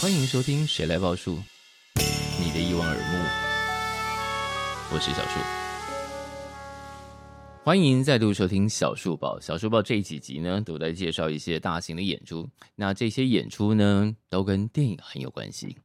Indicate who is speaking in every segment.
Speaker 1: 欢迎收听《谁来报数》，你的一望而目，我是小树。欢迎再度收听小树报。小树报这几集呢，都在介绍一些大型的演出。那这些演出呢，都跟电影很有关系。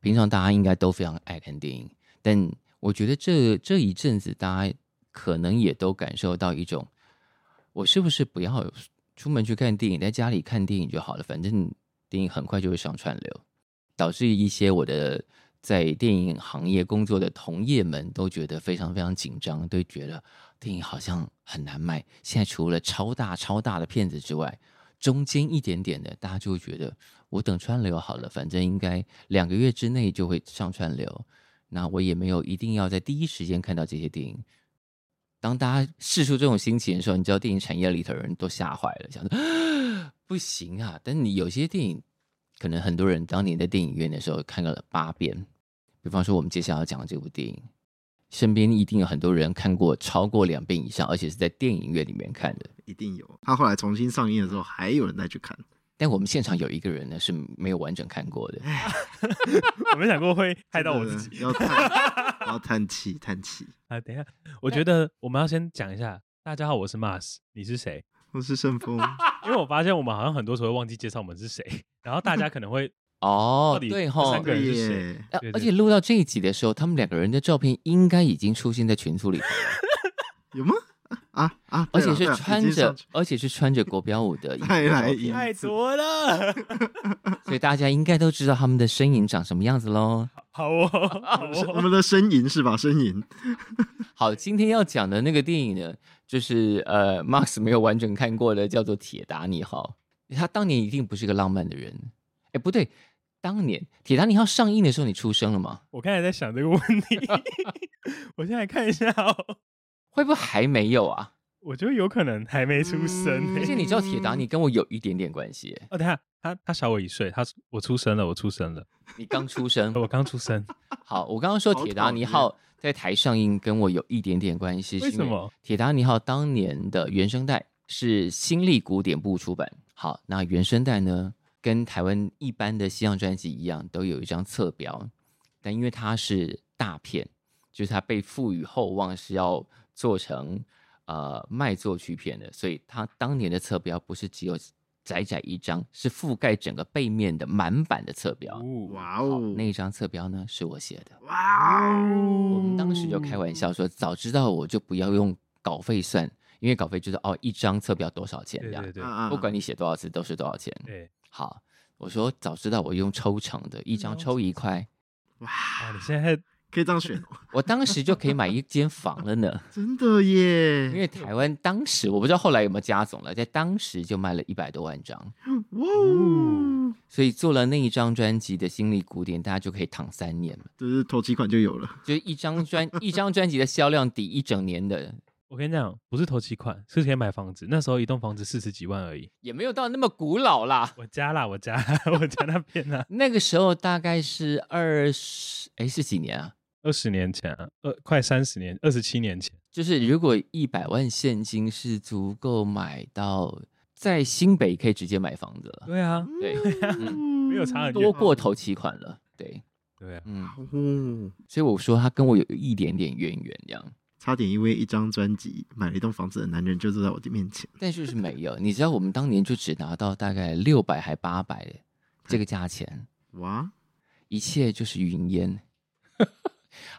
Speaker 1: 平常大家应该都非常爱看电影，但我觉得这这一阵子，大家可能也都感受到一种，我是不是不要出门去看电影，在家里看电影就好了？反正电影很快就会上串流，导致一些我的在电影行业工作的同业们都觉得非常非常紧张，都觉得。电影好像很难卖。现在除了超大超大的片子之外，中间一点点的，大家就会觉得我等川流好了，反正应该两个月之内就会上川流。那我也没有一定要在第一时间看到这些电影。当大家试出这种心情的时候，你知道电影产业里头人都吓坏了，想说不行啊！但你有些电影，可能很多人当年在电影院的时候看了八遍，比方说我们接下来要讲的这部电影。身边一定有很多人看过超过两遍以上，而且是在电影院里面看的。
Speaker 2: 一定有。他后来重新上映的时候，还有人再去看。
Speaker 1: 但我们现场有一个人呢是没有完整看过的，
Speaker 2: 哎
Speaker 3: 我没想 过会害到我自己
Speaker 2: 己，要叹， 要叹气，叹气。
Speaker 3: 啊！等一下，我觉得我们要先讲一下，大家好，我是 Mars，你是谁？
Speaker 2: 我是顺风，
Speaker 3: 因为我发现我们好像很多时候会忘记介绍我们是谁，然后大家可能会
Speaker 1: 哦
Speaker 3: 到，底
Speaker 1: 对
Speaker 3: 这
Speaker 1: 吼
Speaker 3: 三。个人是
Speaker 2: 对
Speaker 3: 谁
Speaker 2: 耶？
Speaker 1: 啊
Speaker 3: 哦对对
Speaker 1: 而且录到这一集的时候，他们两个人的照片应该已经出现在群组里，
Speaker 2: 有吗？啊啊！
Speaker 1: 而
Speaker 2: 对
Speaker 1: 且
Speaker 2: 了
Speaker 1: 是
Speaker 2: 对了已
Speaker 1: 穿
Speaker 2: 经
Speaker 1: 着
Speaker 2: 上去，哎
Speaker 1: 而且是穿着国标舞 的衣服
Speaker 2: 再来
Speaker 1: 照
Speaker 2: 一
Speaker 1: 片，
Speaker 3: 太 多了，
Speaker 1: 所以大家应该都知道他们的身影长什么样子喽。
Speaker 3: 好哦，好
Speaker 2: 是 我
Speaker 3: 哦，
Speaker 2: 们的呻吟是吧？呻吟，
Speaker 1: 好，今天要讲的那个电影呢，就是呃，Max 没有完整看过的，叫做《铁达尼号》。他当年一定不是个浪漫的人，哎，不对，当年《铁达尼号》上映的时候，你出生了吗？
Speaker 3: 我刚才在想这个问题， 我现在看一下哦，
Speaker 1: 会不会还没有啊？
Speaker 3: 我觉得有可能还没出生
Speaker 1: 而
Speaker 3: 呢、
Speaker 1: 且嗯你知道铁达尼跟我有一点点关系耶，
Speaker 3: 哦，等一下，他他小我一岁，他我出生了，我出生了，
Speaker 1: 你刚出 生。
Speaker 3: 我刚出 生，
Speaker 1: 好，我刚刚说
Speaker 2: 好
Speaker 1: 铁达尼号在台上映跟我有一点点关系，
Speaker 3: 为
Speaker 1: 是因
Speaker 3: 什么？
Speaker 1: 铁达尼号当年的原声带是新力古典部出版。好，那原声带呢，跟台湾一般的西洋专辑一样，都有一张侧标，但因为它是大片，就是它被赋予厚望是要做成呃卖座曲片的，所以它当年的侧标不是只有窄窄一张，是覆盖整个背面的满版的侧标。
Speaker 3: 哇，
Speaker 2: 哇
Speaker 1: 好
Speaker 2: 哦，
Speaker 1: 那一张侧标呢是我写的。
Speaker 2: 哇哦，
Speaker 1: 我们当时就开
Speaker 3: 嗯
Speaker 1: 玩笑说，早知道我就不要用稿费算，因为稿费就是哦一张侧标多少钱
Speaker 3: 对
Speaker 1: 这样，
Speaker 3: 对对
Speaker 2: 啊，啊
Speaker 1: 不管你写多少次都是多少钱。
Speaker 3: 对，
Speaker 1: 好，我说早知道我用抽成的，一张抽一块，
Speaker 2: 哇，
Speaker 3: 哇，你现在
Speaker 2: 可以这样选哦，
Speaker 1: 我当时就可以买一间房了 呢。
Speaker 2: 真的耶！
Speaker 1: 因为台湾当时我不知道后来有没有加总了，在当时就卖了一百多万张，
Speaker 2: 哇
Speaker 3: 嗯
Speaker 2: 哦，
Speaker 1: 所以做了那一张专辑的心理古典，大家就可以躺三年嘛，
Speaker 2: 就是头期款就有了，
Speaker 1: 就是一张专一张专辑的销量抵一整年的，
Speaker 3: 我跟你讲，不是投期款，是可以买房子。那时候一栋房子四十几万而已。
Speaker 1: 也没有到那么古老啦。
Speaker 3: 我家啦，我 家，我家那边啦，
Speaker 1: 那个时候大概是二十，哎，是几年啊？
Speaker 3: 二十年前、啊，二快三十年，二十七年前，
Speaker 1: 就是如果一百万现金是足够买到在新北可以直接买房子了，
Speaker 3: 对啊，
Speaker 1: 对，
Speaker 2: 嗯哦
Speaker 3: 没有差很远
Speaker 1: 多过头期款了，对，
Speaker 3: 对啊，
Speaker 1: 嗯，
Speaker 2: 哦，
Speaker 1: 所以我说他跟我有一点点渊源这样，
Speaker 2: 差点因为一张专辑买了一栋房子的男人就坐在我的面前，
Speaker 1: 但就是没有。你知道我们当年就只拿到大概六百还八百的这个价钱，
Speaker 2: 哇，
Speaker 1: 一切就是云烟。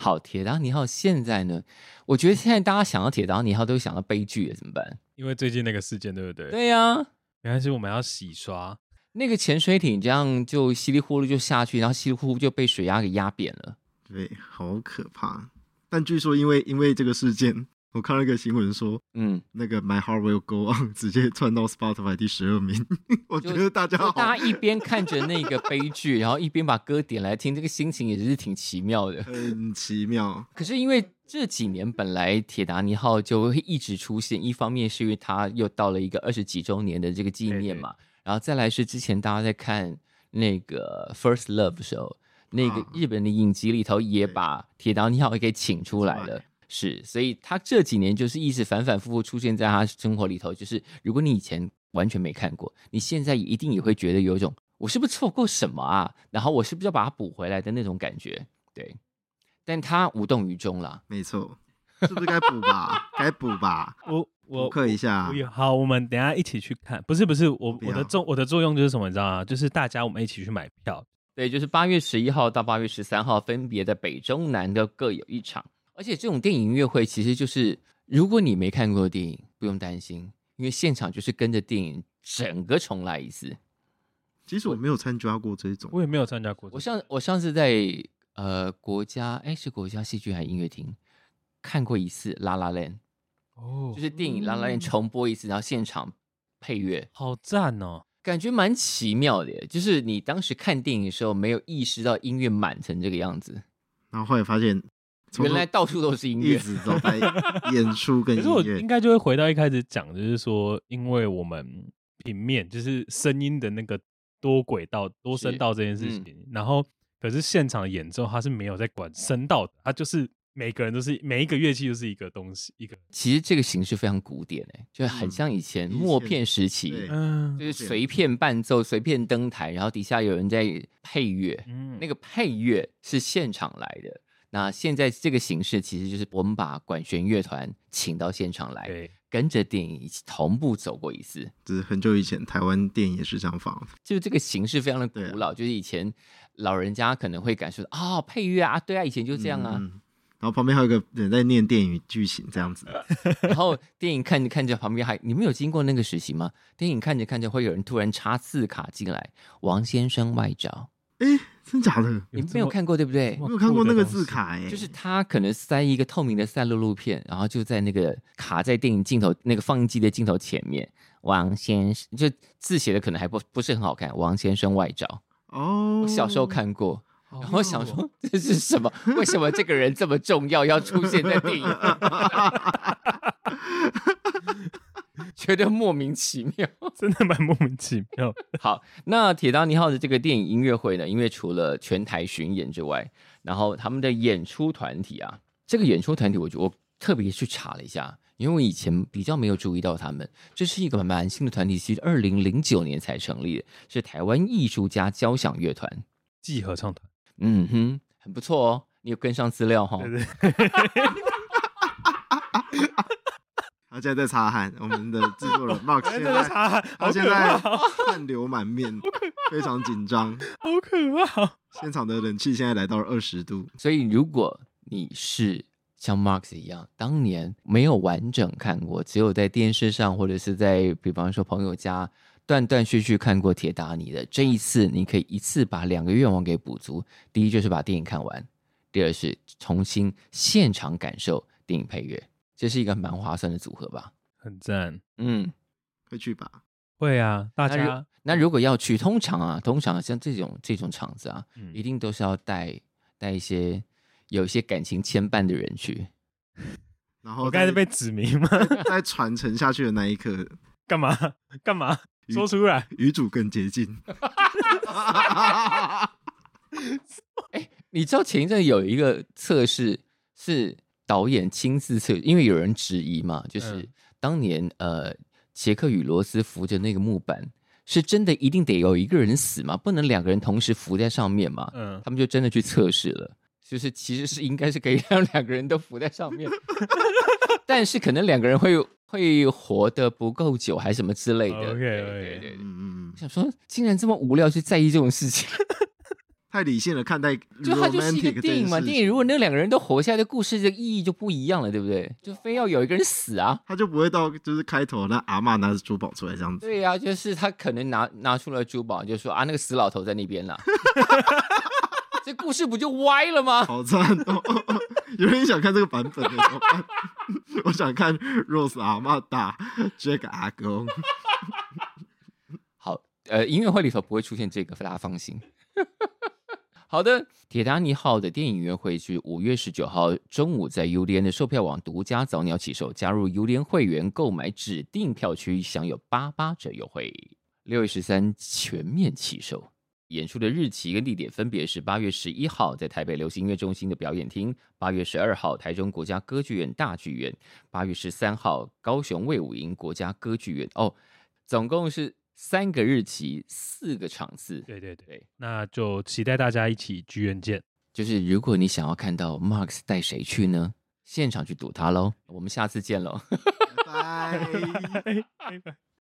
Speaker 1: 好，铁达尼号现在呢？我觉得现在大家想到铁达尼号都会想到悲剧，怎么办？
Speaker 3: 因为最近那个事件，对不对？，
Speaker 1: 对呀、
Speaker 3: 原来是我们要洗刷，
Speaker 1: 那个潜水艇这样就稀里呼噜就下去，然后稀里呼噜就被水压给压扁了。嗯
Speaker 2: 对，好可怕。但据说因为因为这个事件，我看了一个新闻说，
Speaker 1: 嗯，
Speaker 2: 那个 My Heart Will Go On 直接窜到 Spotify 第十二名，我觉得大家
Speaker 1: 就
Speaker 2: 好，
Speaker 1: 大家一边看着那个悲剧，然后一边把歌点来听，这个心情也是挺奇妙的。
Speaker 2: 很奇妙，
Speaker 1: 可是因为这几年本来铁达尼号就会一直出现，一方面是因为它又到了一个二十几周年的这个纪念嘛，然后再来是之前大家在看那个 First Love 的时候，那个
Speaker 2: 啊
Speaker 1: 日本的影集里头也把铁达尼号给请出来
Speaker 2: 出
Speaker 1: 了
Speaker 2: 来。
Speaker 1: 是，所以他这几年就是一直反反复复出现在他生活里头。就是如果你以前完全没看过，你现在一定也会觉得有一种我是不是错过什么啊？然后我是不是要把它补回来的那种感觉？对，但他无动于衷啦。
Speaker 2: 没错，是不是该补吧？该补吧，
Speaker 3: 我 我
Speaker 2: 补课一下
Speaker 3: 我。也好，我们等一下一起去看。不是啊不是，我
Speaker 2: 不
Speaker 3: 我的
Speaker 2: 要
Speaker 3: 作我的作用就是什么，你知道吗？就是大家我们一起去买票。
Speaker 1: 对，就是八月十一号到八月十三号，分别在北中南的各有一场。而且这种电影音乐会其实就是，如果你没看过的电影，不用担心，因为现场就是跟着电影整个重来一次。
Speaker 2: 其实我没有参加过这种，
Speaker 3: 我也没有参加过这个，
Speaker 1: 我上我上次在呃国家哎是国家戏剧还是音乐厅看过一次《La La Land》，
Speaker 3: 哦
Speaker 1: 就是电影《La La Land》
Speaker 3: 嗯
Speaker 1: 重播一次，然后现场配乐，
Speaker 3: 好赞哦，
Speaker 1: 感觉蛮奇妙的耶。就是你当时看电影的时候没有意识到音乐满成这个样子，
Speaker 2: 然后后来发 现，从
Speaker 1: 原来到处都是音
Speaker 2: 一
Speaker 1: 乐。
Speaker 2: 直都在演出跟
Speaker 3: 可是我
Speaker 2: 音
Speaker 3: 应
Speaker 2: 乐，
Speaker 3: 该就会回到一开始讲，就是说，因为我们平面就是声音的那个多轨道、多声道这件事情，然后可是现场演奏它是没有在管声道的，它就是每个人都是每一个乐器就是一个东西，一个
Speaker 1: 其实这个形式非常古典诶、就很
Speaker 2: 嗯
Speaker 1: 像以前
Speaker 2: 以前
Speaker 1: 默片时期，
Speaker 2: 对
Speaker 3: 嗯
Speaker 1: 就是随便伴奏、随便登台，然后底下有人在配乐，
Speaker 3: 嗯
Speaker 1: 那个配乐是现场来的。那现在这个形式其实就是我们把管弦乐团请到现场来，
Speaker 3: 对，
Speaker 1: 跟着电影一起同步走过一次。
Speaker 2: 这是很久以前台湾电影也是这样放，
Speaker 1: 就是这个形式非常的
Speaker 2: 对啊
Speaker 1: 古老，就是以前老人家可能会感受到啊、配乐啊，对啊，以前就这样啊。
Speaker 2: 嗯然后旁边还有一个人在念电影剧情这样子，
Speaker 1: 然后电影看着看着，旁边还你们有经过那个实习吗？电影看着看着，会有人突然插字卡进来，王先生外找，
Speaker 2: 真假的？
Speaker 1: 你们
Speaker 3: 这
Speaker 1: 没有
Speaker 3: 么
Speaker 1: 看过对不对
Speaker 3: 这？么
Speaker 2: 我有看过那个字
Speaker 3: 酷的
Speaker 2: 卡哎，
Speaker 1: 就是他可能塞一个透明的赛璐璐片，然后就在那个卡在电影镜头那个放映机的镜头前面，王先生就字写的可能还不不是很好看，王先生外找，
Speaker 2: 哦，
Speaker 1: 我小时候看过。
Speaker 3: 东西，
Speaker 1: 然后想说这是什么？为什么这个人这么重要，要出现在电影？ 觉得莫名其妙。
Speaker 3: 真的蛮莫名其妙，
Speaker 1: 好，那铁达尼号的这个电影音乐会呢，因为除了全台巡演之外，然后他们的演出团体啊，这个演出团体我，就我特别去查了一下，因为我以前比较没有注意到他们，这是一个蛮新的团体，其实二零零九年才成立的，是台湾艺术家交响乐团。
Speaker 3: 季合唱团，
Speaker 1: 嗯哼，很不错哦，你有跟上资料哈、
Speaker 3: 对对，
Speaker 2: 他现在在擦汗，我们的制作人 Mark 现
Speaker 3: 真的
Speaker 2: 在
Speaker 3: 差，好
Speaker 2: 他现
Speaker 3: 可
Speaker 2: 在
Speaker 3: 怕，
Speaker 2: 汗流满面，非常紧张。
Speaker 3: 好可怕，
Speaker 2: 现场的冷气现在来到了二十度，
Speaker 1: 所以，如果你是像 Marx 一样，当年没有完整看过，只有在电视上或者是在比方说朋友家断断续续看过《铁达尼》的，这一次你可以一次把两个愿望给补足。第一就是把电影看完，第二是重新现场感受电影配乐，这是一个蛮划算的组合吧？
Speaker 3: 很赞，
Speaker 1: 嗯，
Speaker 2: 快去吧！
Speaker 3: 会啊，大
Speaker 1: 那如
Speaker 3: 家
Speaker 1: 那如果要去，通常啊，通常像这种这种场子啊，
Speaker 3: 嗯
Speaker 1: 一定都是要带带一些有一些感情牵绊的人去。
Speaker 2: 然后
Speaker 3: 我刚才
Speaker 2: 在
Speaker 3: 被指名吗？
Speaker 2: 在传承下去的那一刻，
Speaker 3: 干嘛 干嘛？
Speaker 2: 鱼
Speaker 3: 说出来，
Speaker 2: 与主更 接近。
Speaker 1: 你知道前一阵有一个测试是导演亲自测，因为有人质疑嘛，就是
Speaker 3: 嗯
Speaker 1: 当年呃，杰克与罗斯扶着那个木板，是真的一定得有一个人死吗？不能两个人同时扶在上面吗？
Speaker 3: 嗯，
Speaker 1: 他们就真的去测试了，就是其实是应该是可以 让两个人都扶在上面， 但是可能两个人会会活得不够久，还什么之类的。
Speaker 3: OK，
Speaker 1: 对
Speaker 3: OK
Speaker 1: 对对对。
Speaker 2: 嗯嗯嗯
Speaker 1: 我，想说，竟然这么无聊去在意这种事情，
Speaker 2: 太理性了看待 romantic
Speaker 1: 就它就是一个
Speaker 2: 这件
Speaker 1: 电影嘛，
Speaker 2: 事情
Speaker 1: 电影如果那两个人都活下来的故事，这个意义就不一样了，对不对？就非要有一个人死啊？
Speaker 2: 他就不会到就是开头那阿嬷拿着珠宝出来这样子，
Speaker 1: 对呀、就是他可能拿拿出了珠宝，就说啊，那个死老头在那边啦。 这故事不就歪了吗？
Speaker 2: 好赞哦！ 有人想看这个版本的，怎么办 我想看 Rose 阿嬷打 Jack 阿公。
Speaker 1: 好，呃，音乐会里头不会出现这个，大家放心。好的，《铁达尼号》的电影音乐会是五月十九号中午在 U 联的售票网独家早鸟起售，加入 U 联会员购买指定票区享有八八折优惠。六月十三全面起售。演出的日期跟地点分别是八月十一号在台北流行音乐中心的表演厅，八月十二号台中国家歌剧院大剧院，八月十三号高雄卫武营国家歌剧院。哦，总共是三个日期，四个场次。
Speaker 3: 对对对，
Speaker 1: 对，
Speaker 3: 那就期待大家一起剧院见。
Speaker 1: 就是如果你想要看到 Max 带谁去呢，现场去堵他喽。我们下次见喽。
Speaker 2: 哎拜拜。
Speaker 3: 拜拜。